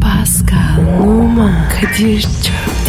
Pascal, Oman, Kadir çok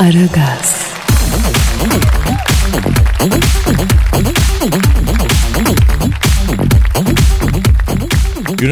Aragaz,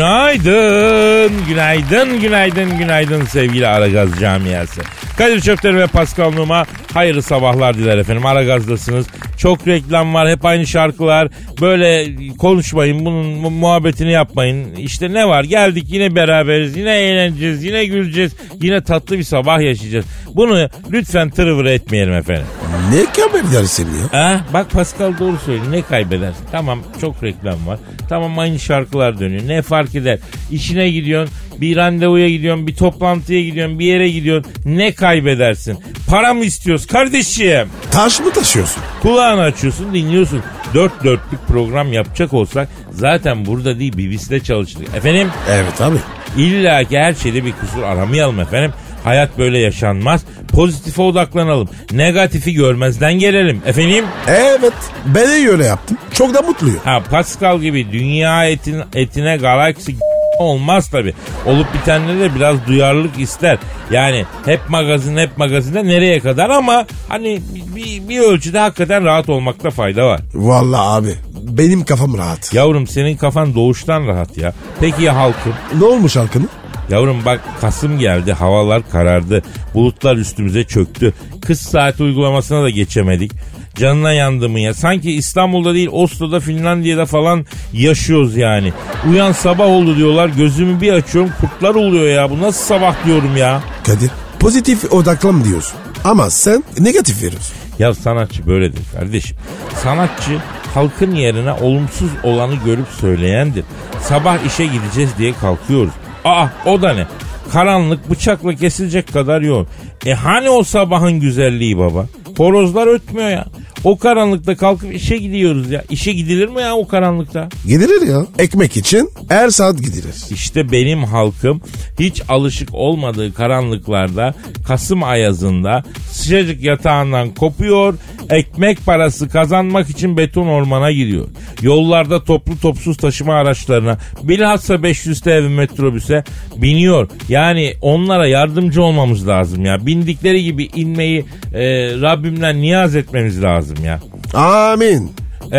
Günaydın, günaydın, günaydın, günaydın sevgili Aragaz camiası. Kadir Çöpleri ve Pascal Numa hayırlı sabahlar diler efendim. Aragaz'dasınız. Çok reklam var, hep aynı şarkılar. Böyle konuşmayın, bunun mu- muhabbetini yapmayın. İşte ne var? Geldik yine beraberiz, yine eğleneceğiz, yine güleceğiz, yine tatlı bir sabah yaşayacağız. Bunu lütfen tırıvır etmeyelim efendim. Ne kamerler seni ya? Ha, bak Pascal doğru söylüyor. Ne kaybedersin? Tamam çok reklam var. Tamam aynı şarkılar dönüyor. Ne fark eder? İşine gidiyorsun, bir randevuya gidiyorsun, bir toplantıya gidiyorsun, bir yere gidiyorsun. Ne kaybedersin? Para mı istiyoruz kardeşim? Taş mı taşıyorsun? Kulağını açıyorsun dinliyorsun. Dört dörtlük program yapacak olsak zaten burada değil BBC'de çalıştık. Efendim Evet abi. İlla ki her şeyde bir kusur aramayalım efendim. Hayat böyle yaşanmaz. Pozitife odaklanalım. Negatifi görmezden gelelim. Efendim? Evet. Ben de öyle yaptım. Çok da mutluyum. Ha Pascal gibi dünya etin, etine galaksi olmaz tabi. Olup bitenlere de biraz duyarlılık ister. Yani hep magazin hep magazinde nereye kadar ama hani bir, bir ölçüde hakikaten rahat olmakta fayda var. Vallahi abi. Benim kafam rahat. Yavrum senin kafan doğuştan rahat ya. Peki ya halkın? Ne olmuş halkını? Yavrum bak Kasım geldi havalar karardı. Bulutlar üstümüze çöktü. Kış saati uygulamasına da geçemedik. Canına yandım ya. Sanki İstanbul'da değil Oslo'da Finlandiya'da falan yaşıyoruz yani. Uyan sabah oldu diyorlar. Gözümü bir açıyorum kurtlar oluyor ya. Bu nasıl sabah diyorum ya. Kadir. Pozitif odaklan diyorsun. Ama sen negatif veriyorsun. Ya sanatçı böyledir kardeşim. Sanatçı halkın yerine olumsuz olanı görüp söyleyendir. Sabah işe gideceğiz diye kalkıyoruz. Aa o da ne? Karanlık bıçakla kesilecek kadar yoğun. E hani o sabahın güzelliği baba? Horozlar ötmüyor ya. O karanlıkta kalkıp işe gidiyoruz ya. İşe gidilir mi ya o karanlıkta? Gidilir ya. Ekmek için her saat gidilir. İşte benim halkım hiç alışık olmadığı karanlıklarda Kasım ayazında sıcacık yatağından kopuyor, ekmek parası kazanmak için beton ormana giriyor. Yollarda toplu topsuz taşıma araçlarına, bilhassa 500 TV metrobüse biniyor. Yani onlara yardımcı olmamız lazım ya. Bindikleri gibi inmeyi e, Rabbimden niyaz etmemiz lazım ya. Amin. E,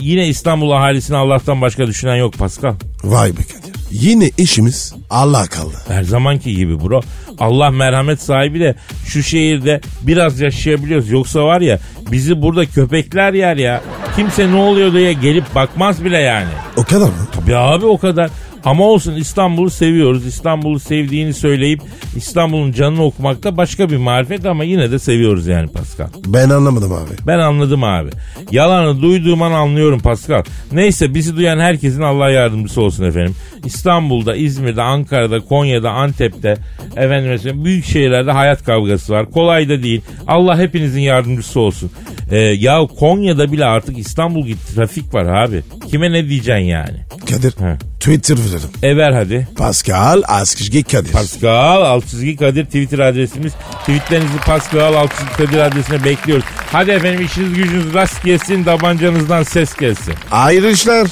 yine İstanbul ahalisini Allah'tan başka düşünen yok Pascal. Vay be Kadir. Yine işimiz Allah kaldı. Her zamanki gibi bro. Allah merhamet sahibi de şu şehirde biraz yaşayabiliyoruz. Yoksa var ya bizi burada köpekler yer ya. Kimse ne oluyor diye gelip bakmaz bile yani. O kadar mı? Tabii abi o kadar. Ama olsun İstanbul'u seviyoruz. İstanbul'u sevdiğini söyleyip İstanbul'un canını okumak da başka bir marifet ama yine de seviyoruz yani Pascal. Ben anlamadım abi. Ben anladım abi. Yalanı duyduğum an anlıyorum Pascal. Neyse bizi duyan herkesin Allah yardımcısı olsun efendim. İstanbul'da, İzmir'de, Ankara'da, Konya'da, Antep'te efendim mesela büyük şehirlerde hayat kavgası var. Kolay da değil. Allah hepinizin yardımcısı olsun. Ee, ya Konya'da bile artık İstanbul gibi trafik var abi. Kime ne diyeceksin yani? Kadir. He. Twitter veririm. Ever hadi. Pascal Askışge Kadir. Pascal Altçizgi Kadir Twitter adresimiz. Tweetlerinizi Pascal Altçizgi Kadir adresine bekliyoruz. Hadi efendim işiniz gücünüz rast gelsin, tabancanızdan ses gelsin. Ayrı işler.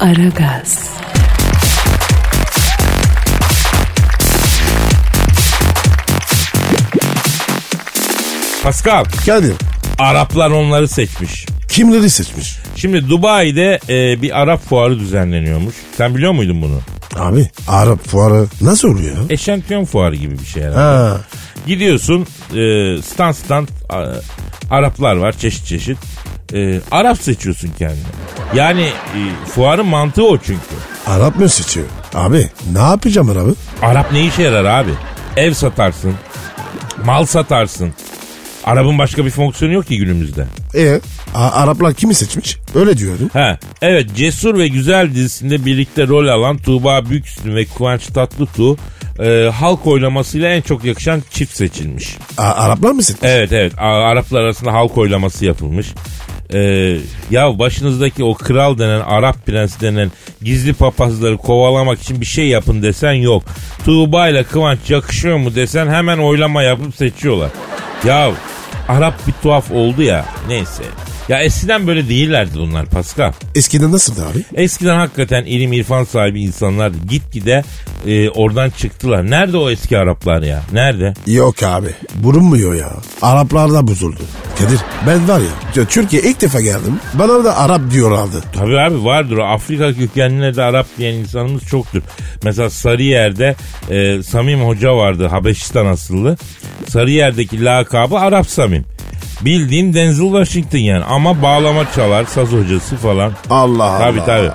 Aragaz, Pascal, Kadir. Araplar onları seçmiş. Kimleri seçmiş? Şimdi Dubai'de e, bir Arap fuarı düzenleniyormuş. Sen biliyor muydun bunu? Abi Arap fuarı nasıl oluyor? ya? Eşantiyon fuarı gibi bir şey herhalde. Ha, Gidiyorsun e, stand stand a- Araplar var çeşit çeşit. E, Arap seçiyorsun kendini. Yani e, fuarın mantığı o çünkü. Arap mı seçiyor? Abi ne yapacağım Arap'ı? Arap ne işe yarar abi? Ev satarsın. Mal satarsın. Arabın başka bir fonksiyonu yok ki günümüzde. E A- Araplar kimi seçmiş? Öyle diyordum. Ha, evet Cesur ve Güzel dizisinde birlikte rol alan Tuğba Büyüksün ve Kıvanç Tatlıtuğ e, halk oylamasıyla en çok yakışan çift seçilmiş. A- Araplar mısın? Evet evet A- Araplar arasında halk oylaması yapılmış. Ee, ya başınızdaki o kral denen Arap prensi denen gizli papazları kovalamak için bir şey yapın desen yok. Tuğba ile Kıvanç yakışıyor mu desen hemen oylama yapıp seçiyorlar. Ya Arap bir tuhaf oldu ya neyse. Ya eskiden böyle değillerdi bunlar Pascal. Eskiden nasıldı abi? Eskiden hakikaten ilim irfan sahibi insanlardı. Gitgide e, oradan çıktılar. Nerede o eski Araplar ya? Nerede? Yok abi. Bulunmuyor ya. Araplar da bozuldu. Kadir ben var ya Tür- Türkiye ilk defa geldim. Bana da Arap diyorlardı. Tabii abi vardır. O Afrika kökenlileri de Arap diyen insanımız çoktur. Mesela Sarıyer'de e, Samim Hoca vardı. Habeşistan asıllı. Sarıyer'deki lakabı Arap Samim. Bildiğin Denzel Washington yani. Ama bağlama çalar, saz hocası falan. Allah Tabii, Allah. tabii.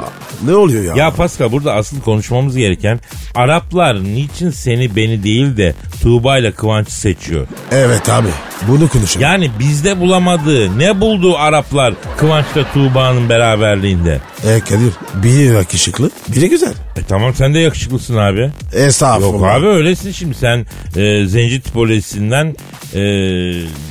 Ne oluyor ya? Ya Pascal burada asıl konuşmamız gereken Araplar niçin seni beni değil de Tuğba ile Kıvanç'ı seçiyor? Evet abi. Bunu konuşalım. Yani bizde bulamadığı ne buldu Araplar Kıvanç'la Tuğba'nın beraberliğinde? E Kadir biri yakışıklı biri güzel. E tamam sen de yakışıklısın abi. Yok Estağfurullah. abi öylesin şimdi sen e, zenci tipolojisinden e,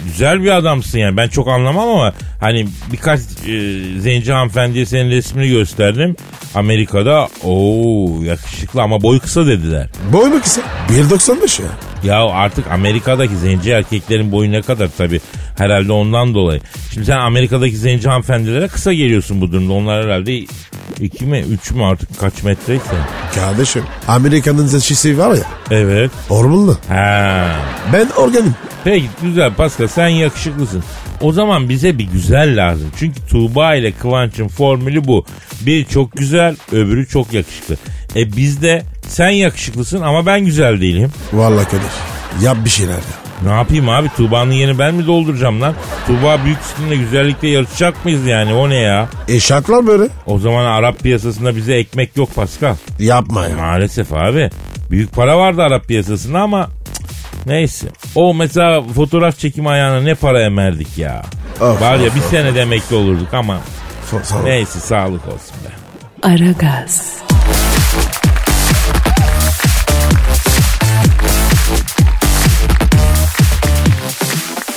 güzel bir adamsın yani ben çok anlamam ama hani birkaç e, zenci hanımefendiye senin resmini gösterdim Amerika'da ooo yakışıklı ama boy kısa dediler. Boy mu kısa? 1.95 ya. Ya artık Amerika'daki zenci erkeklerin boyu ne kadar tabi herhalde ondan dolayı. Şimdi sen Amerika'daki zenci hanımefendilere kısa geliyorsun bu durumda onlar herhalde iki mi üç mü artık kaç metreyse. Kardeşim Amerika'nın zeşisi var ya Evet. hormonlu. Ha. Ben organım. Peki güzel Pascal sen yakışıklısın. O zaman bize bir güzel lazım. Çünkü Tuğba ile Kıvanç'ın formülü bu. Bir çok güzel, öbürü çok yakışıklı. E bizde sen yakışıklısın ama ben güzel değilim. Vallahi Kadir yap bir şeyler ya. Ne yapayım abi Tuğba'nın yerini ben mi dolduracağım lan? Tuğba büyük üstünde güzellikle yarışacak mıyız yani o ne ya? E şartlar böyle. O zaman Arap piyasasında bize ekmek yok Pascal. Yapma ya. Maalesef abi. Büyük para vardı Arap piyasasında ama cık, neyse. O mesela fotoğraf çekimi ayağına ne para emerdik ya. Of, Var ya of, bir sene demekli olurduk ama Fa- fa- neyse sağlık olsun be. Aragaz,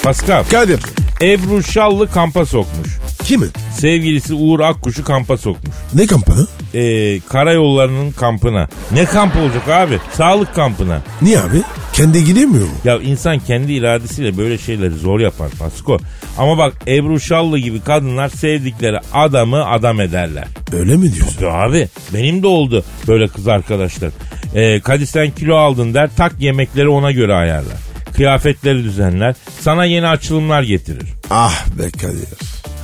Pascal, Kadir Ebru Şallı kampa sokmuş. kimi? Sevgilisi Uğur Akkuş'u kampa sokmuş. Ne kampı? Ee, karayollarının kampına. Ne kamp olacak abi? Sağlık kampına. Niye abi? Kendi gidemiyor mu? Ya insan kendi iradesiyle böyle şeyleri zor yapar Pasko. Ama bak Ebru Şallı gibi kadınlar sevdikleri adamı adam ederler. Öyle mi diyorsun? Ya abi benim de oldu böyle kız arkadaşlar. Ee, Kadir sen kilo aldın der tak yemekleri ona göre ayarlar. Kıyafetleri düzenler. Sana yeni açılımlar getirir. Ah be Kadir.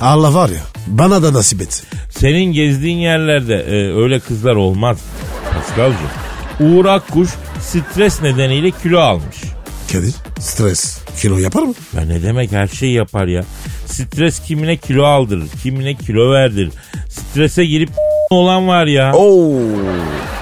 Allah var ya bana da nasip et. Senin gezdiğin yerlerde e, öyle kızlar olmaz. Paskalcığım. Uğur Akkuş stres nedeniyle kilo almış. Kadir stres kilo yapar mı? Ya ne demek her şeyi yapar ya. Stres kimine kilo aldırır, kimine kilo verdirir. Strese girip olan var ya. Oo.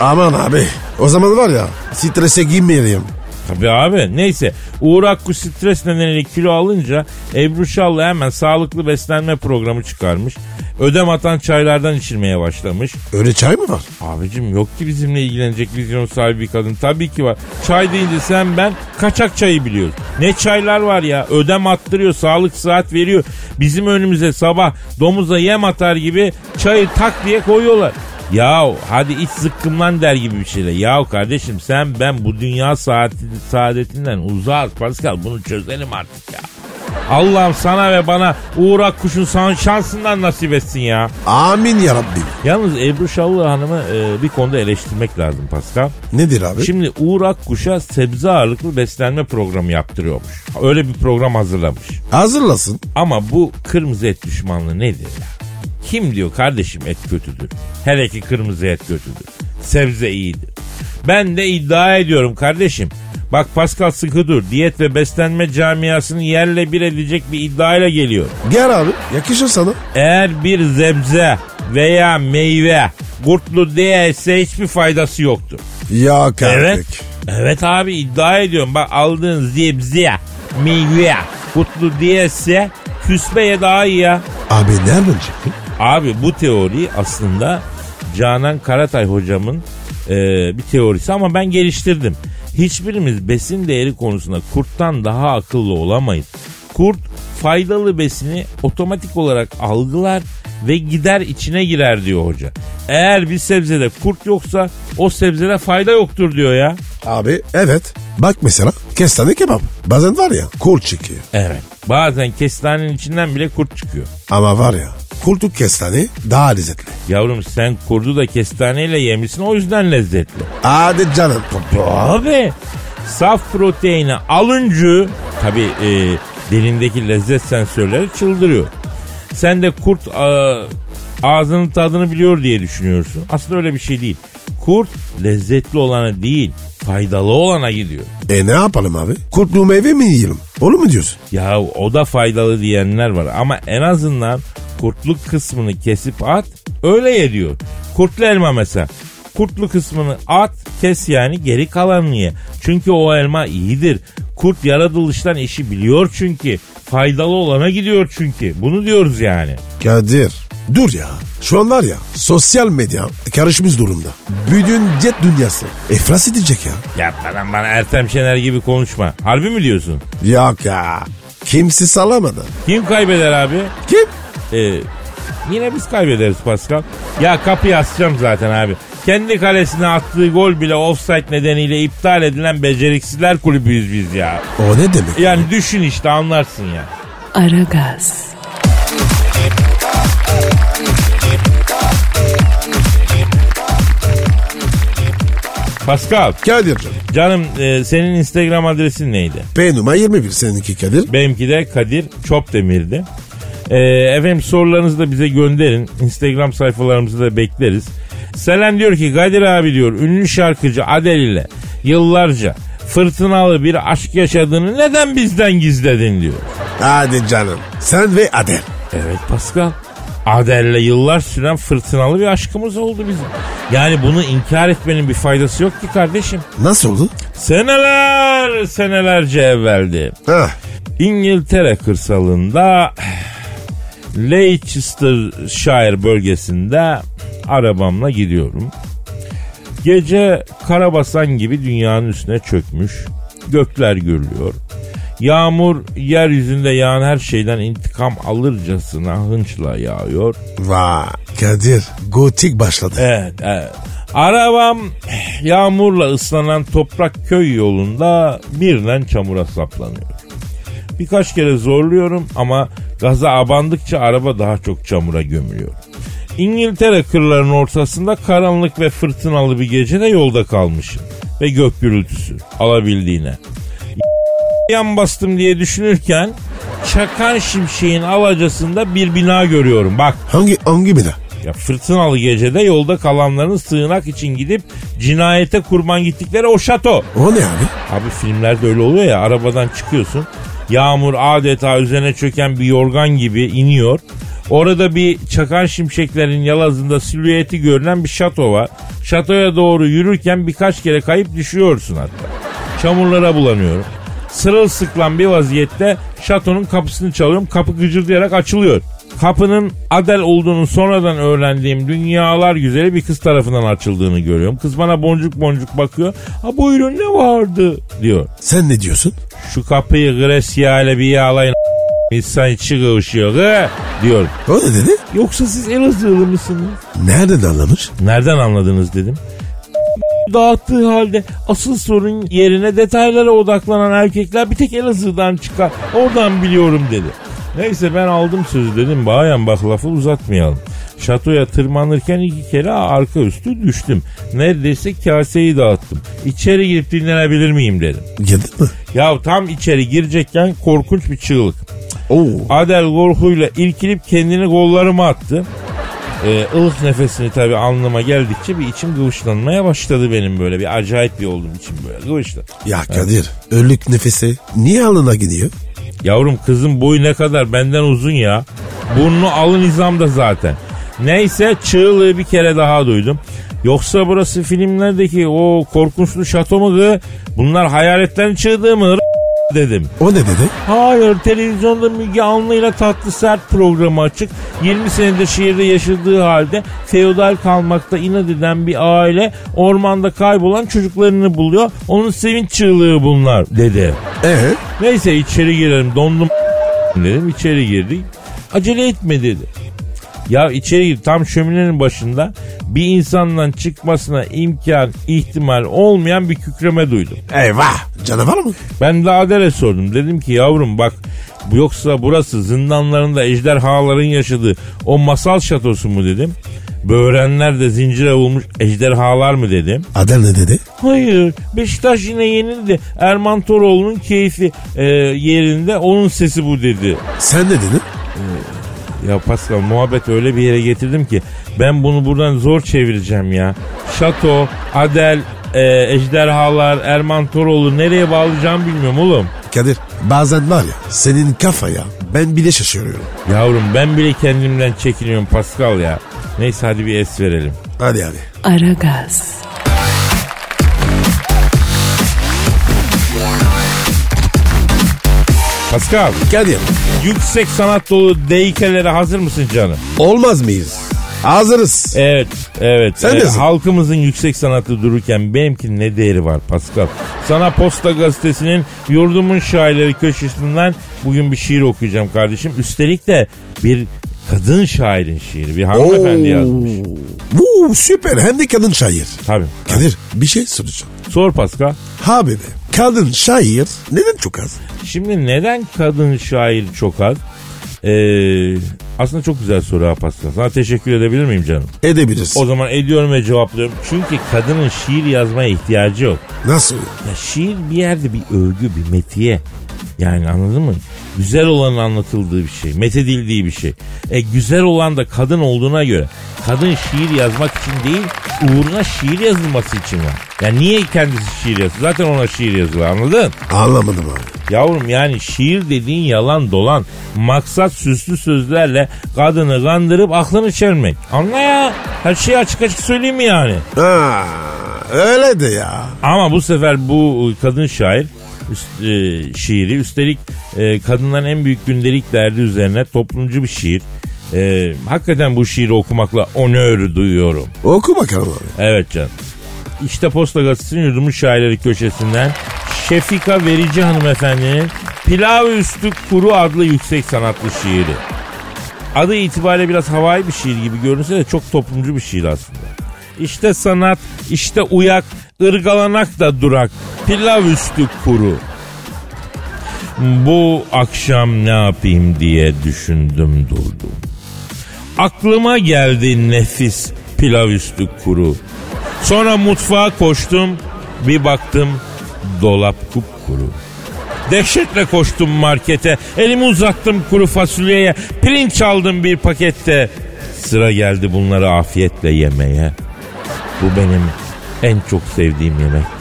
Aman abi o zaman var ya strese girmeyelim. Tabii abi. Neyse Uğur Akkuş stres nedeniyle kilo alınca Ebru Şallı hemen sağlıklı beslenme programı çıkarmış. Ödem atan çaylardan içirmeye başlamış. Öyle çay mı var? Abicim yok ki bizimle ilgilenecek vizyon sahibi bir kadın. Tabii ki var. Çay deyince sen ben kaçak çayı biliyoruz. Ne çaylar var ya. Ödem attırıyor, sağlık saat veriyor. Bizim önümüze sabah domuza yem atar gibi çayı tak diye koyuyorlar. Yahu hadi iç zıkkımlan der gibi bir şeyle. Yahu kardeşim sen ben bu dünya saati, saadetinden uzağız Pascal bunu çözelim artık ya. Allah'ım sana ve bana Uğur Akkuş'un san- şansından nasip etsin ya. Amin ya Rabbim. Yalnız Ebru Şallı Hanım'ı e, bir konuda eleştirmek lazım Pascal. Nedir abi? Şimdi Uğur Akkuş'a sebze ağırlıklı beslenme programı yaptırıyormuş. Öyle bir program hazırlamış. Hazırlasın. Ama bu kırmızı et düşmanlığı nedir ya? Kim diyor kardeşim et kötüdür. Hele ki kırmızı et kötüdür. Sebze iyidir. Ben de iddia ediyorum kardeşim. Bak Pascal Sıkıdır diyet ve beslenme camiasını yerle bir edecek bir iddiayla geliyor. Gel abi yakışır sana. Eğer bir zebze veya meyve kurtlu değilse hiçbir faydası yoktur. Ya kardeş. Evet. Evet abi iddia ediyorum. Bak aldığın zebze, meyve kurtlu değilse küsmeye daha iyi ya. Abi nereden çıktı? Abi bu teori aslında Canan Karatay hocamın e, bir teorisi ama ben geliştirdim. Hiçbirimiz besin değeri konusunda kurttan daha akıllı olamayız. Kurt faydalı besini otomatik olarak algılar ve gider içine girer diyor hoca. Eğer bir sebzede kurt yoksa o sebzede fayda yoktur diyor ya. Abi evet. Bak mesela kestane kebap. Bazen var ya kurt çıkıyor. Evet. Bazen kestanenin içinden bile kurt çıkıyor. Ama var ya kurtluk kestane daha lezzetli. Yavrum sen kurdu da kestaneyle yemişsin o yüzden lezzetli. Hadi canım. Abi saf proteini alıncı tabi e, dilindeki lezzet sensörleri çıldırıyor. Sen de kurt a, ağzının tadını biliyor diye düşünüyorsun. Aslında öyle bir şey değil. Kurt lezzetli olana değil faydalı olana gidiyor. E ne yapalım abi? Kurtlu meyve mi yiyelim? Onu mu diyorsun? Ya o da faydalı diyenler var ama en azından kurtluk kısmını kesip at öyle ye diyor. Kurtlu elma mesela. Kurtlu kısmını at kes yani geri kalanını ye. Çünkü o elma iyidir. Kurt yaratılıştan işi biliyor çünkü. Faydalı olana gidiyor çünkü. Bunu diyoruz yani. Kadir dur ya. Şu an var ya sosyal medya karışmış durumda. Bütün cet dünyası iflas edecek ya. Ya bana, bana Ertem Şener gibi konuşma. Harbi mi diyorsun? Yok ya. Kimse sallamadı. Kim kaybeder abi? Kim? Ee, yine biz kaybederiz Pascal. Ya kapıyı asacağım zaten abi. Kendi kalesine attığı gol bile offside nedeniyle iptal edilen beceriksizler kulübüyüz biz ya. O ne demek? Yani düşün işte anlarsın ya. Aragaz, Pascal Kadir canım. canım e, senin Instagram adresin neydi? P numara 21 seninki Kadir. Benimki de Kadir Çopdemir'di. Ee, efendim sorularınızı da bize gönderin. Instagram sayfalarımızı da bekleriz. Selen diyor ki Kadir abi diyor ünlü şarkıcı Adel ile yıllarca fırtınalı bir aşk yaşadığını neden bizden gizledin diyor. Hadi canım. Sen ve Adel. Evet Pascal. Adel'le yıllar süren fırtınalı bir aşkımız oldu bizim. Yani bunu inkar etmenin bir faydası yok ki kardeşim. Nasıl oldu? Seneler senelerce evveldi. Ha. İngiltere kırsalında Leicestershire bölgesinde arabamla gidiyorum. Gece karabasan gibi dünyanın üstüne çökmüş. Gökler gürlüyor. Yağmur yeryüzünde yağan her şeyden intikam alırcasına hınçla yağıyor. Vay. Kadir gotik başladı. Evet, evet. Arabam yağmurla ıslanan toprak köy yolunda birden çamura saplanıyor. Birkaç kere zorluyorum ama gaza abandıkça araba daha çok çamura gömülüyor. İngiltere kırlarının ortasında karanlık ve fırtınalı bir gecede yolda kalmışım. Ve gök gürültüsü alabildiğine. Yan bastım diye düşünürken çakan şimşeğin alacasında bir bina görüyorum. Bak Hangi hangi bina? ya fırtınalı gecede yolda kalanların sığınak için gidip cinayete kurban gittikleri o şato. O ne abi? Abi filmlerde öyle oluyor ya arabadan çıkıyorsun. Yağmur adeta üzerine çöken bir yorgan gibi iniyor. Orada bir çakan şimşeklerin yalazında silüeti görünen bir şato var. Şatoya doğru yürürken birkaç kere kayıp düşüyorsun hatta. Çamurlara bulanıyorum. Sırılsıklam bir vaziyette şatonun kapısını çalıyorum. Kapı gıcırdayarak açılıyor. Kapının Adel olduğunu sonradan öğrendiğim dünyalar güzeli bir kız tarafından açıldığını görüyorum. Kız bana boncuk boncuk bakıyor. Ha buyurun ne vardı diyor. Sen ne diyorsun? Şu kapıyı Gresya ile bir yağlayın. İnsan içi kıvışıyor hı?" diyor. O ne dedi? Yoksa siz Elazığlı mısınız? Nereden anlamış? Nereden anladınız dedim. Dağıttığı halde asıl sorun yerine detaylara odaklanan erkekler bir tek Elazığ'dan çıkar. Oradan biliyorum dedi. Neyse ben aldım sözü dedim. Bayan bak lafı uzatmayalım. Şatoya tırmanırken iki kere arka üstü düştüm. Neredeyse kaseyi dağıttım. İçeri girip dinlenebilir miyim dedim. Geldin mi? Ya tam içeri girecekken korkunç bir çığlık. Oo. Adel korkuyla irkilip kendini kollarıma attı. Ee, ılık nefesini tabii alnıma geldikçe bir içim kıvışlanmaya başladı benim böyle. Bir acayip bir oldum içim böyle kıvışladı. Ya Kadir ölük nefesi niye alına gidiyor? Yavrum kızın boyu ne kadar benden uzun ya. Burnu alın izamda zaten. Neyse çığlığı bir kere daha duydum. Yoksa burası filmlerdeki o korkunçlu şato mu gı? Bunlar hayaletlerin çığlığı mı? dedim. O ne dedi? Hayır televizyonda Müge Anlı'yla tatlı sert programı açık. 20 senedir şehirde yaşadığı halde feodal kalmakta inat eden bir aile ormanda kaybolan çocuklarını buluyor. Onun sevinç çığlığı bunlar dedi. Ee? Neyse içeri girelim dondum dedim içeri girdik. Acele etme dedi. Ya içeri gir tam şöminenin başında bir insandan çıkmasına imkan ihtimal olmayan bir kükreme duydum. Eyvah. Canavar mı? Ben de Adere sordum. Dedim ki yavrum bak bu yoksa burası zindanlarında ejderhaların yaşadığı o masal şatosu mu dedim. Böğrenler de zincire vurmuş ejderhalar mı dedim. Adem ne dedi? Hayır Beşiktaş yine yenildi. Erman Toroğlu'nun keyfi e, yerinde onun sesi bu dedi. Sen ne dedin? Ya Pascal muhabbet öyle bir yere getirdim ki ben bunu buradan zor çevireceğim ya. Şato, Adel, e, ejderhalar, Erman Toroğlu nereye bağlayacağım bilmiyorum oğlum. Kadir bazen var ya senin kafaya ben bile şaşırıyorum. Yavrum ben bile kendimden çekiniyorum Pascal ya. Neyse hadi bir es verelim. Hadi hadi. Aragaz, Pascal Kadir yüksek sanat dolu deykelere hazır mısın canım? olmaz mıyız? Hazırız. Evet evet. E, Sen nesin? halkımızın yüksek sanatı dururken benimki ne değeri var Pascal? Sana Posta Gazetesi'nin yurdumun şairleri köşesinden bugün bir şiir okuyacağım kardeşim. Üstelik de bir kadın şairin şiiri. Bir hanımefendi yazmış. Vuu süper hem de kadın şair. Tabii. Kadir bir şey soracağım. Sor Pascal. Ha bebe kadın şair neden çok az? Şimdi neden kadın şair çok az? Ee, aslında çok güzel soru ha Pascal. Sana teşekkür edebilir miyim canım? Edebiliriz. O zaman ediyorum ve cevaplıyorum. Çünkü kadının şiir yazmaya ihtiyacı yok. Nasıl? Ya şiir bir yerde bir övgü, bir metiye. Yani anladın mı? Güzel olanın anlatıldığı bir şey, methedildiği bir şey. E güzel olan da kadın olduğuna göre. Kadın şiir yazmak için değil, uğruna şiir yazılması için var. Ya niye kendisi şiir yazıyor? Zaten ona şiir yazılıyor anladın? Anlamadım abi. Yavrum yani şiir dediğin yalan dolan. Maksat süslü sözlerle kadını kandırıp aklını çelmek. Anla ya. Her şeyi açık açık söyleyeyim mi yani? Ha, öyle de ya. Ama bu sefer bu kadın şair üst- e, şiiri üstelik e, kadınların en büyük gündelik derdi üzerine toplumcu bir şiir. E, hakikaten bu şiiri okumakla onör duyuyorum. Oku bakalım abi. Evet canım. İşte Posta Gazetesi'nin yurdumun şairleri köşesinden Şefika Verici hanımefendinin Pilav Üstü Kuru adlı yüksek sanatlı şiiri. Adı itibariyle biraz havai bir şiir gibi görünse de çok toplumcu bir şiir aslında. İşte sanat, işte uyak, ırgalanak da durak, pilav üstü kuru. Bu akşam ne yapayım diye düşündüm durdum. Aklıma geldi nefis pilav üstü kuru. Sonra mutfağa koştum. Bir baktım dolap kupkuru. Dehşetle koştum markete. Elimi uzattım kuru fasulyeye. Pirinç aldım bir pakette. Sıra geldi bunları afiyetle yemeye. Bu benim en çok sevdiğim yemektir.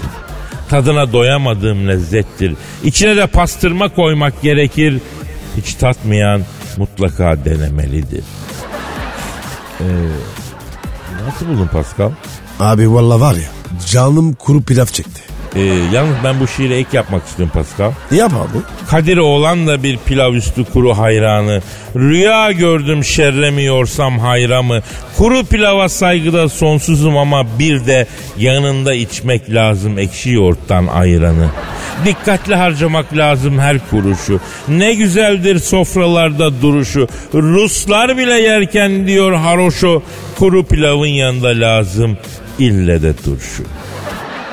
Tadına doyamadığım lezzettir. İçine de pastırma koymak gerekir. Hiç tatmayan mutlaka denemelidir. Ee, Nasıl buldun Pascal? Abi valla var ya canım kuru pilav çekti. Ee, yalnız ben bu şiire ek yapmak istiyorum Pascal. Yap abi. Kadir Oğlan da bir pilav üstü kuru hayranı. Rüya gördüm şerremiyorsam hayramı. Kuru pilava saygıda sonsuzum ama bir de yanında içmek lazım ekşi yoğurttan ayranı. Dikkatli harcamak lazım her kuruşu. Ne güzeldir sofralarda duruşu. Ruslar bile yerken diyor haroşo. Kuru pilavın yanında lazım ille de turşu.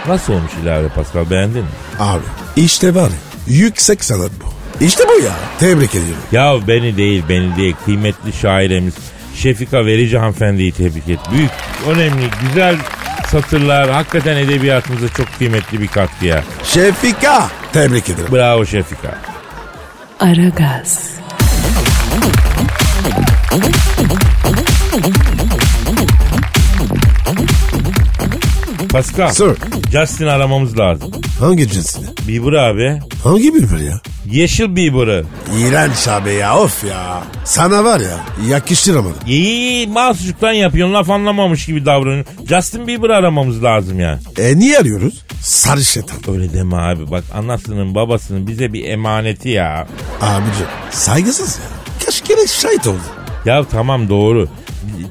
Nasıl olmuş ilave Pascal beğendin mi? Abi işte var ya yüksek sanat bu. İşte bu ya. Tebrik ediyorum. Ya beni değil beni değil kıymetli şairemiz Şefika Verici hanımefendiyi tebrik et. Büyük, önemli, güzel satırlar hakikaten edebiyatımıza çok kıymetli bir katkı ya. Şefika. Tebrik ederim. Bravo Şefika. Aragaz, Pascal. Sir. Justin aramamız lazım. Hangi cinsini? Bieber abi. Hangi birbir ya? Yeşil Bieber'ı. İğrenç abi ya of ya. Sana var ya yakıştıramadım. İyi mahsusçuktan yapıyorsun laf anlamamış gibi davranıyorsun. Justin Bieber aramamız lazım ya. E niye arıyoruz? Sarı şeytan. Öyle deme abi bak anasının babasının bize bir emaneti ya. Abici saygısız ya. Kaç kere şahit oldum. Ya tamam doğru.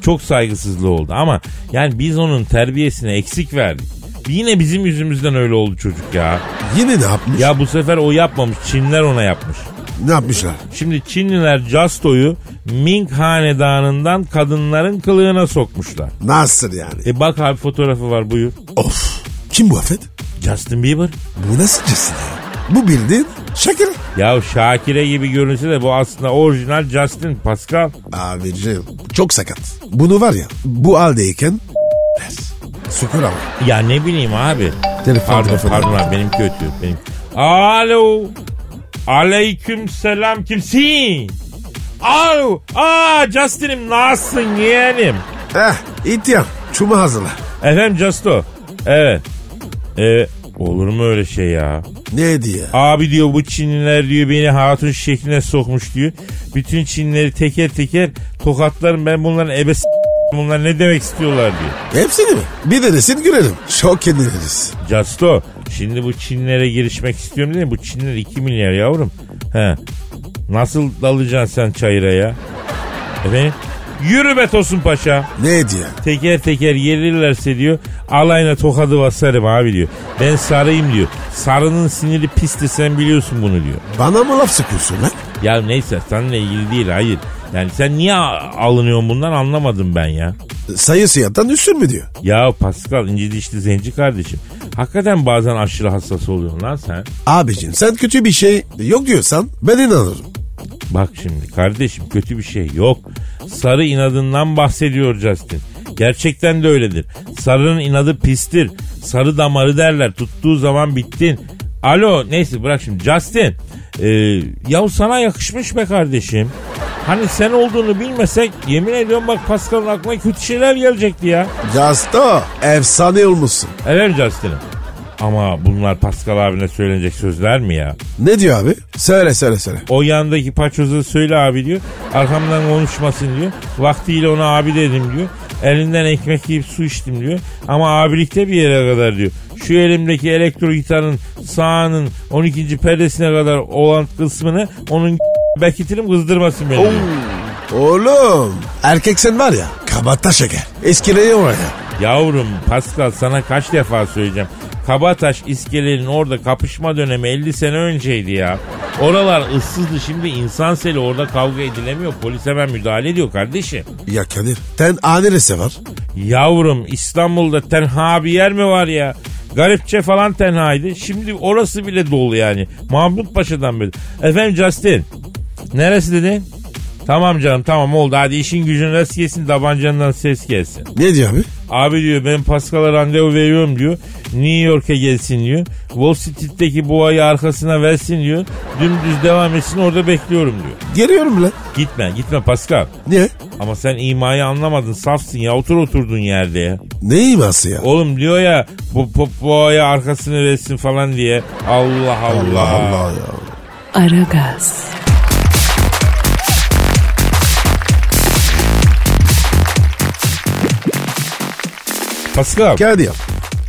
Çok saygısızlığı oldu ama yani biz onun terbiyesine eksik verdik. Yine bizim yüzümüzden öyle oldu çocuk ya. Yine ne yapmış? Ya bu sefer o yapmamış. Çinler ona yapmış. Ne yapmışlar? Şimdi Çinliler Casto'yu Ming hanedanından kadınların kılığına sokmuşlar. Nasıl yani? E bak abi fotoğrafı var buyur. Of. Kim bu Afet? Justin Bieber. Bu nasıl cesim ya? Bu bildiğin şakir. Ya Şakire gibi görünse de bu aslında orijinal Justin Pascal. Abicim çok sakat. Bunu var ya bu haldeyken Süper ama. Ya ne bileyim abi. Telefon, pardon telefon. pardon abi benimki ötüyor. Benim. Alo. Aleyküm selam kimsin? Alo. Aa Justin'im nasılsın yeğenim? Eh ihtiyar çumu hazırla. Efendim Justo. Evet. Evet. Olur mu öyle şey ya? Ne diye? Abi diyor bu Çinliler diyor beni hatun şekline sokmuş diyor. Bütün Çinlileri teker teker tokatlarım ben bunların ebes bunlar ne demek istiyorlar diyor. Hepsini mi? Bir denesin gülelim. Şok ediliriz. Casto şimdi bu Çinlere girişmek istiyorum değil mi? Bu Çinler 2 milyar yavrum. He. Nasıl dalacaksın sen çayıra ya? Efendim? Yürü be Tosun Paşa. Ne diye? Teker teker gelirlerse diyor alayına tokadı basarım abi diyor. Ben sarayım diyor. Sarının siniri pisti sen biliyorsun bunu diyor. Bana mı laf sıkıyorsun lan? Ya neyse seninle ilgili değil hayır. Yani sen niye a- alınıyorsun bundan anlamadım ben ya. Sayı siyattan üstün mü diyor? Ya Pascal inci dişli zenci kardeşim. Hakikaten bazen aşırı hassas oluyorsun lan sen. Abicim sen kötü bir şey yok diyorsan ben inanırım. Bak şimdi kardeşim kötü bir şey yok. Sarı inadından bahsediyor Justin. Gerçekten de öyledir. Sarının inadı pistir. Sarı damarı derler. Tuttuğu zaman bittin. Alo neyse bırak şimdi. Justin. Ee, yahu sana yakışmış be kardeşim. Hani sen olduğunu bilmesek yemin ediyorum bak Pascal'ın aklına kötü şeyler gelecekti ya. Gasta efsane olmuşsun. Evet Justin'im. Ama bunlar Pascal abine söylenecek sözler mi ya? Ne diyor abi? Söyle söyle söyle. O yandaki paçozu söyle abi diyor. Arkamdan konuşmasın diyor. Vaktiyle ona abi dedim diyor. Elinden ekmek yiyip su içtim diyor. Ama abilikte bir yere kadar diyor. Şu elimdeki elektro gitarın sağının 12. perdesine kadar olan kısmını onun bekitirim kızdırmasın beni diyor. Oğlum erkek sen var ya kabata şeker. Eskileye oraya. Yavrum Pascal sana kaç defa söyleyeceğim. Kabataş iskelenin orada kapışma dönemi 50 sene önceydi ya. Oralar ıssızdı şimdi insan seli orada kavga edilemiyor. Polis hemen müdahale ediyor kardeşim. Ya Kadir ten anirese var. Yavrum İstanbul'da tenha bir yer mi var ya? Garipçe falan tenhaydı. Şimdi orası bile dolu yani. Mahmut Paşa'dan beri. Efendim Justin. Neresi dedin? Tamam canım tamam oldu. Hadi işin gücün rast gelsin tabancandan ses gelsin. Ne diyor abi? Abi diyor ben Pascal'a randevu veriyorum diyor. New York'a gelsin diyor. Wall Street'teki boğayı arkasına versin diyor. Dümdüz devam etsin orada bekliyorum diyor. Geliyorum lan. Gitme gitme Pascal. Niye? Ama sen imayı anlamadın safsın ya otur oturduğun yerde ya. Ne iması ya? Oğlum diyor ya bu bu- boğaya arkasını versin falan diye. Allah Allah. Allah Allah ya. Aragaz, Pascal Geldi ya.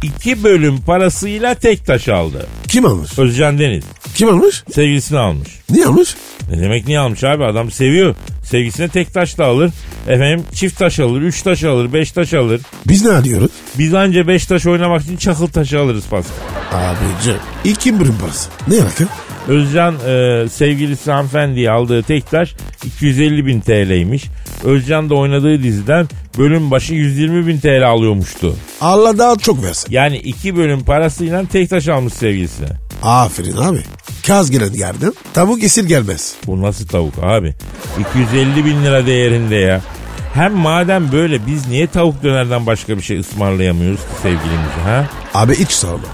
iki bölüm parasıyla tek taş aldı. Kim almış? Özcan Deniz Kim almış? sevgilisini almış. Niye almış? Ne demek niye almış abi adam seviyor. Sevgisine tek taş da alır. Efendim çift taş alır, üç taş alır, beş taş alır. Biz ne alıyoruz? Biz anca beş taş oynamak için çakıl taşı alırız Pascal. Abici. İlk kim birim parası? Ne alaka? Özcan e, sevgilisi hanımefendiye aldığı tek taş 250 bin TL'ymiş. Özcan da oynadığı diziden bölüm başı 120 bin TL alıyormuştu. Allah daha çok versin. Yani iki bölüm parasıyla tek taş almış sevgilisine. Aferin abi. Kaz giren yerden tavuk esir gelmez. Bu nasıl tavuk abi? 250 bin lira değerinde ya. Hem madem böyle biz niye tavuk dönerden başka bir şey ısmarlayamıyoruz ki sevgilimize ha? Abi hiç sorma.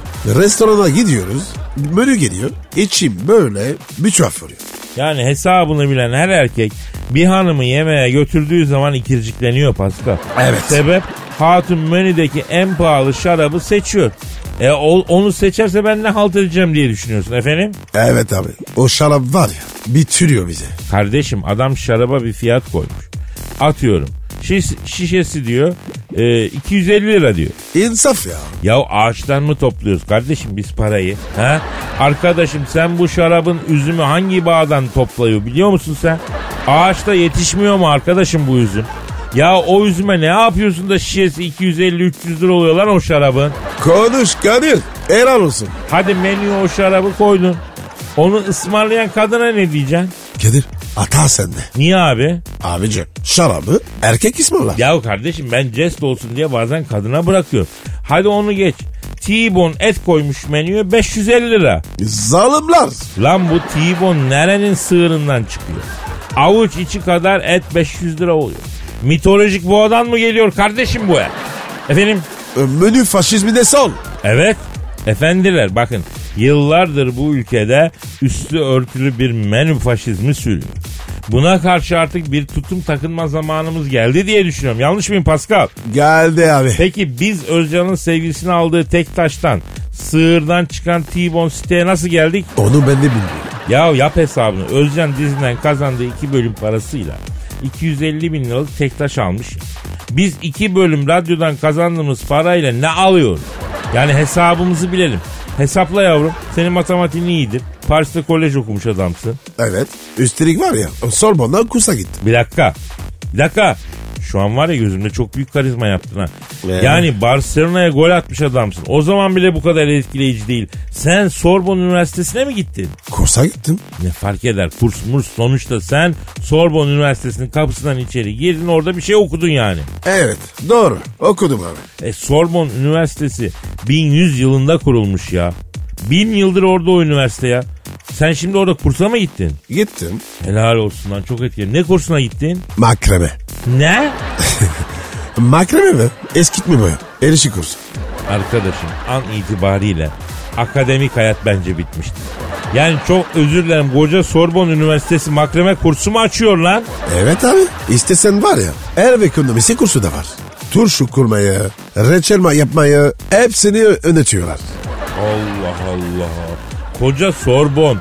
Restorana gidiyoruz. Menü geliyor. İçim böyle bir tuhaf vuruyor. Yani hesabını bilen her erkek bir hanımı yemeğe götürdüğü zaman ikircikleniyor Pascal. Evet. Sebep hatun menüdeki en pahalı şarabı seçiyor. E o- onu seçerse ben ne halt edeceğim diye düşünüyorsun efendim? Evet abi. O şarap var ya bitiriyor bizi. Kardeşim adam şaraba bir fiyat koymuş. Atıyorum. Şiş, şişesi diyor e, 250 lira diyor. İnsaf ya. Ya ağaçtan mı topluyoruz kardeşim biz parayı? Ha? Arkadaşım sen bu şarabın üzümü hangi bağdan toplayıyor biliyor musun sen? Ağaçta yetişmiyor mu arkadaşım bu üzüm? Ya o üzüme ne yapıyorsun da şişesi 250-300 lira oluyor lan o şarabın? Konuş Kadir. Helal olsun. Hadi menüye o şarabı koydun. Onu ısmarlayan kadına ne diyeceksin? Kadir hata sende. Niye abi? Abici şarabı erkek ısmarlar. Ya kardeşim ben jest olsun diye bazen kadına bırakıyorum. Hadi onu geç. T-bone et koymuş menüye 550 lira. Zalimler. Lan bu T-bone nerenin sığırından çıkıyor? Avuç içi kadar et 500 lira oluyor. Mitolojik boğadan mı geliyor kardeşim bu et? Efendim? E, Menü faşizmi de sol. Evet. Efendiler bakın yıllardır bu ülkede üstü örtülü bir menü faşizmi sürüyor. Buna karşı artık bir tutum takınma zamanımız geldi diye düşünüyorum. Yanlış mıyım Pascal? Geldi abi. Peki biz Özcan'ın sevgilisini aldığı tek taştan, sığırdan çıkan T-Bone siteye nasıl geldik? Onu ben de bilmiyorum. Ya yap hesabını. Özcan diziden kazandığı iki bölüm parasıyla 250 bin liralık tek taş almış. Biz iki bölüm radyodan kazandığımız parayla ne alıyoruz? Yani hesabımızı bilelim. Hesapla yavrum. Senin matematiğin iyidir. Paris'te kolej okumuş adamsın. Evet. Üstelik var ya Sorbon'dan kursa gitti. Bir dakika. Bir dakika. Şu an var ya gözümde çok büyük karizma yaptın ha. Ee? Yani Barcelona'ya gol atmış adamsın. O zaman bile bu kadar etkileyici değil. Sen Sorbonne Üniversitesi'ne mi gittin? Kursa gittim. Ne fark eder kurs murs sonuçta sen Sorbonne Üniversitesi'nin kapısından içeri girdin orada bir şey okudun yani. Evet doğru okudum abi. E Sorbonne Üniversitesi 1100 yılında kurulmuş ya. 1000 yıldır orada o üniversite ya. Sen şimdi orada kursa mı gittin? Gittim. Helal olsun lan çok etkili. Ne kursuna gittin? Makreme. Ne? Makreme mi? Eskitme mi? Erişi kursu. Arkadaşım an itibariyle akademik hayat bence bitmişti. Yani çok özür dilerim koca Sorbonne Üniversitesi makreme kursu mu açıyor lan? Evet abi. İstesen var ya. Ev ekonomisi kursu da var. Turşu kurmayı, reçelma yapmayı hepsini öğretiyorlar. Allah Allah. Koca Sorbon.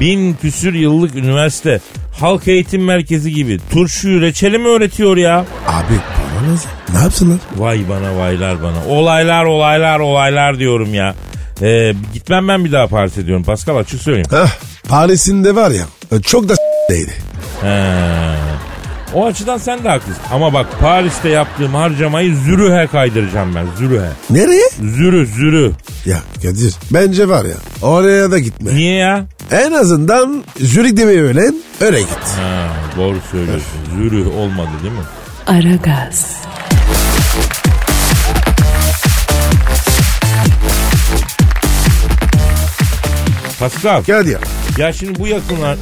Bin küsür yıllık üniversite. Halk eğitim merkezi gibi. Turşuyu reçeli mi öğretiyor ya? Abi bana lazım. Ne yapsınlar? Vay bana vaylar bana. Olaylar olaylar olaylar diyorum ya. Ee, gitmem ben bir daha Paris'e diyorum. Pascal açık söyleyeyim. Hah, Paris'in de var ya çok da değdi. He. O açıdan sen de haklısın. Ama bak Paris'te yaptığım harcamayı zürühe kaydıracağım ben. Zürühe. Nereye? Zürü zürü. Ya Kadir bence var ya oraya da gitme. Niye ya? En azından Zürik demeyi öğlen öyle git. Ha, doğru söylüyorsun. Zürü olmadı değil mi? Aragaz, Pascal. Gel ya. Ya şimdi bu yakınlar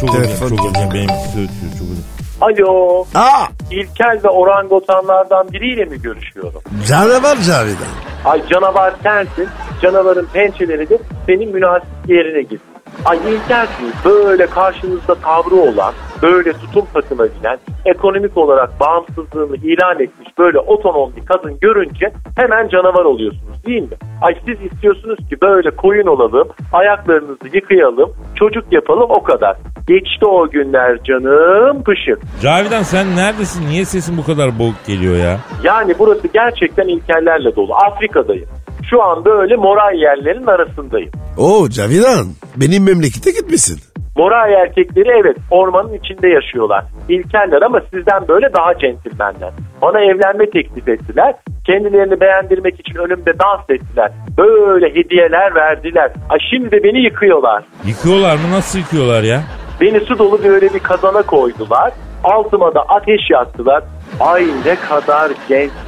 çok Telefon. önemli, çok önemli. Benim ötüyor çok önemli. Alo, Aa İlkel ve orangutanlardan biriyle mi görüşüyorum? canavar Cavidan. Ay canavar sensin, canavarın pençeleri de senin münasip yerine git. Ay İlkel'siniz, böyle karşınızda tavrı olan, böyle tutum takına binen, ekonomik olarak bağımsızlığını ilan etmiş böyle otonom bir kadın görünce hemen canavar oluyorsunuz değil mi? Ay siz istiyorsunuz ki böyle koyun olalım, ayaklarınızı yıkayalım, çocuk yapalım o kadar. Geçti o günler canım pışık. Cavidan sen neredesin? Niye sesin bu kadar boğuk geliyor ya? Yani burası gerçekten ilkellerle dolu. Afrika'dayım. Şu an böyle moray yerlerin arasındayım. Oo Cavidan benim memlekete gitmişsin. Moray erkekleri evet ormanın içinde yaşıyorlar. İlkeller ama sizden böyle daha centilmenler. Bana evlenme teklif ettiler. Kendilerini beğendirmek için önümde dans ettiler. Böyle hediyeler verdiler. Ay şimdi de beni yıkıyorlar. Yıkıyorlar mı? Nasıl yıkıyorlar ya? Beni su dolu böyle bir kazana koydular. Altıma da ateş yaktılar. Ay ne kadar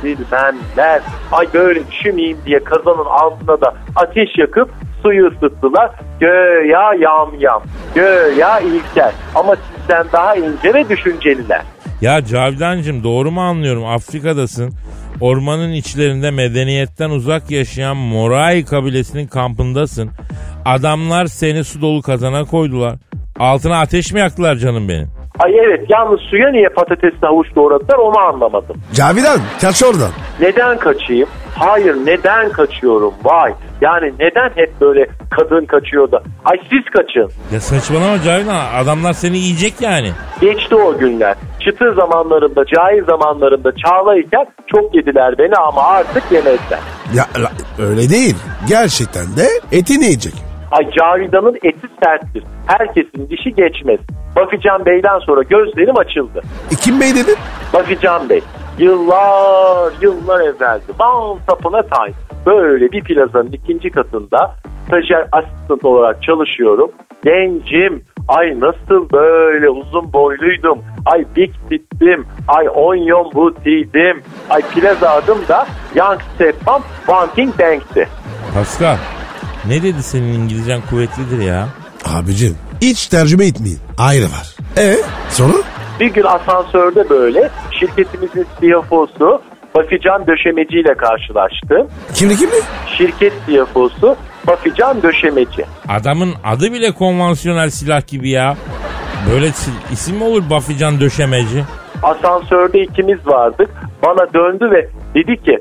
centilmenler. Ay böyle düşmeyeyim diye kazanın altına da ateş yakıp suyu ısıttılar. Göya yam yam. Göya ilkel. Ama sizden daha ince ve düşünceliler. Ya Cavidancığım doğru mu anlıyorum? Afrika'dasın. Ormanın içlerinde medeniyetten uzak yaşayan Moray kabilesinin kampındasın. Adamlar seni su dolu kazana koydular. Altına ateş mi yaktılar canım benim? Ay evet yalnız suya niye patates havuç doğradılar onu anlamadım. Cavidan kaç oradan. Neden kaçayım? Hayır neden kaçıyorum vay. Yani neden hep böyle kadın kaçıyor da. Ay siz kaçın. Ya saçmalama Cavina adamlar seni yiyecek yani. Geçti o günler. Çıtır zamanlarında, cahil zamanlarında çağlayken çok yediler beni ama artık yemezler. Ya la- öyle değil. Gerçekten de etini yiyecek. Ay Cavidan'ın eti serttir. Herkesin dişi geçmez. Bafican Bey'den sonra gözlerim açıldı. E, kim bey dedin? Bafican Bey yıllar yıllar evveldi. Once upon a time. Böyle bir plazanın ikinci katında stajyer asistant olarak çalışıyorum. Gencim. Ay nasıl böyle uzun boyluydum. Ay big tittim. Ay onyon butiydim. Ay plaza adım da Young Stepmom Banking Bank'ti. Pascal ne dedi senin İngilizcen kuvvetlidir ya. Abicim hiç tercüme etmeyin. Ayrı var. E sonra? Bir gün asansörde böyle şirketimizin CFO'su Bafican Döşemeci ile karşılaştı. Kimli kimli? Şirket CFO'su Bafican Döşemeci. Adamın adı bile konvansiyonel silah gibi ya. Böyle si- isim mi olur Bafican döşemeci? Asansörde ikimiz vardık. Bana döndü ve dedi ki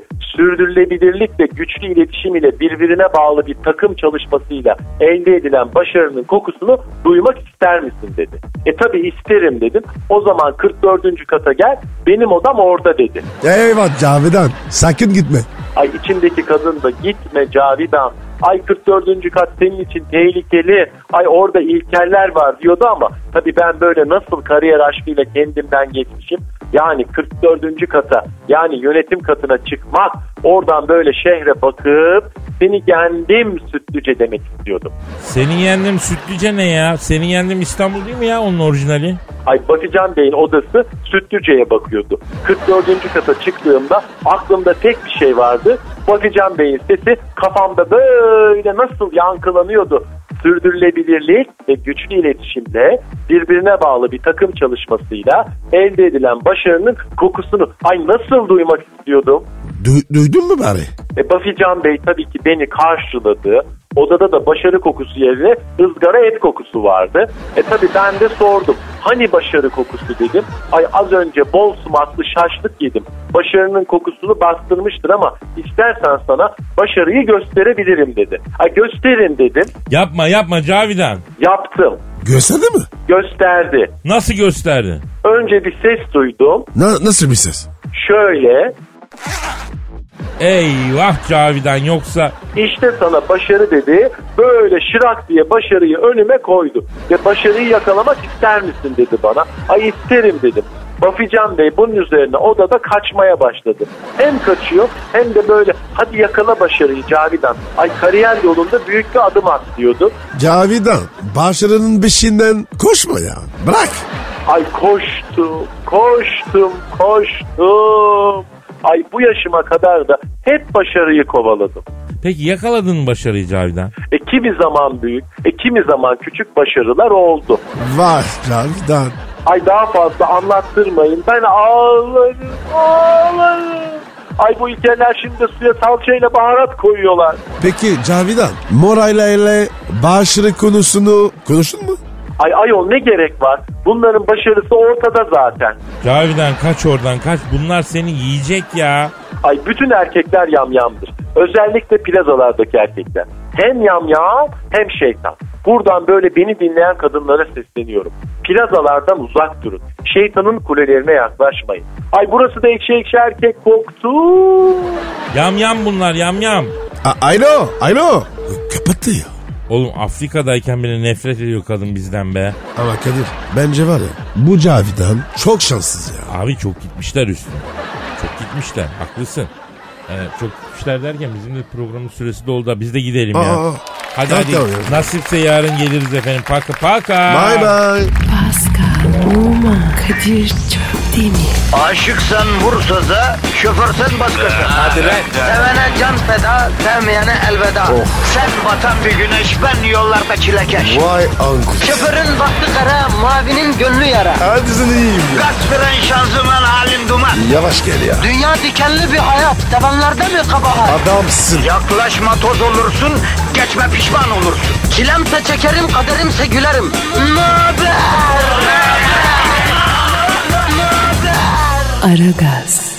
sürdürülebilirlik ve güçlü iletişim ile birbirine bağlı bir takım çalışmasıyla elde edilen başarının kokusunu duymak ister misin dedi. E tabi isterim dedim. O zaman 44. kata gel benim odam orada dedi. Eyvah Cavidan sakın gitme. Ay içimdeki kadın da gitme Cavidan. Ay 44. kat senin için tehlikeli. Ay orada ilkeller var diyordu ama tabii ben böyle nasıl kariyer aşkıyla kendimden geçmişim. Yani 44. kata yani yönetim katına çıkmak oradan böyle şehre bakıp seni kendim sütlüce demek istiyordum. Senin yendim Sütlüce ne ya? Senin yendim İstanbul değil mi ya onun orijinali? Ay Batıcan Bey'in odası Sütlüce'ye bakıyordu. 44. kata çıktığımda aklımda tek bir şey vardı. Batıcan Bey'in sesi kafamda böyle nasıl yankılanıyordu. Sürdürülebilirlik ve güçlü iletişimle birbirine bağlı bir takım çalışmasıyla elde edilen başarının kokusunu ay nasıl duymak istiyordum. Du- duydun mu bari? E, Buffy Can Bey tabii ki beni karşıladı. Odada da başarı kokusu yerine ızgara et kokusu vardı. E tabii ben de sordum. Hani başarı kokusu dedim. Ay az önce bol sumaklı şaşlık yedim. Başarının kokusunu bastırmıştır ama istersen sana başarıyı gösterebilirim dedi. Ay gösterin dedim. Yapma yapma Cavidan. Yaptım. Gösterdi mi? Gösterdi. Nasıl gösterdi? Önce bir ses duydum. Na- nasıl bir ses? Şöyle Eyvah Cavidan yoksa İşte sana başarı dedi. Böyle şırak diye başarıyı önüme koydu. Ve başarıyı yakalamak ister misin dedi bana. Ay isterim dedim. Bafican Bey bunun üzerine odada kaçmaya başladı. Hem kaçıyor hem de böyle hadi yakala başarıyı Cavidan. Ay kariyer yolunda büyük bir adım at diyordu. Cavidan başarının peşinden koşma ya. Bırak. Ay koştum, koştum, koştum. Ay bu yaşıma kadar da hep başarıyı kovaladım. peki yakaladın mı başarıyı Cavidan? E kimi zaman büyük, e kimi zaman küçük başarılar oldu. Vay Cavidan. Ay daha fazla anlattırmayın. Ben ağlarım, ağlarım. Ay bu ilkeler şimdi suya salçayla baharat koyuyorlar. Peki Cavidan Morayla ile başarı konusunu konuştun mu? Ay ayol ne gerek var? Bunların başarısı ortada zaten. Cavidan kaç oradan kaç bunlar seni yiyecek ya. Ay bütün erkekler yamyamdır. Özellikle plazalardaki erkekler. Hem yamyam hem şeytan. Buradan böyle beni dinleyen kadınlara sesleniyorum. Plazalardan uzak durun. Şeytanın kulelerine yaklaşmayın. Ay burası da ekşi ekşi erkek koktu. Yam yam bunlar yam yam. A- Alo, alo. Kapattı ya. Oğlum Afrika'dayken bile nefret ediyor kadın bizden be. Ama Kadir bence var ya bu Cavidan çok şanssız ya. Abi çok gitmişler üstüne. Çok gitmişler haklısın. Ee, çok gitmişler derken bizim de programın süresi doldu da biz de gidelim ya. Aa, Hadi Kalk hadi da oraya. nasipse yarın geliriz efendim. Paka paka. Bye bye. Pascal, Oman, Kadir çok değil mi? Aşıksan vursa da, şoförsen başkasın. Hadi Sevene can feda, sevmeyene elveda. Sen batan bir güneş, ben yollarda çilekeş. Vay anku. Şoförün baktı kara, mavinin gönlü yara. Hadi sen iyiyim ya. Kasperen şanzıman halin duman. Yavaş gel ya. Dünya dikenli bir hayat, sevenlerde mi kabahar? Adamsın. Yaklaşma toz olursun, geçme pişman olursun. Çilemse çekerim, kaderimse gülerim. Möber! Aragaz.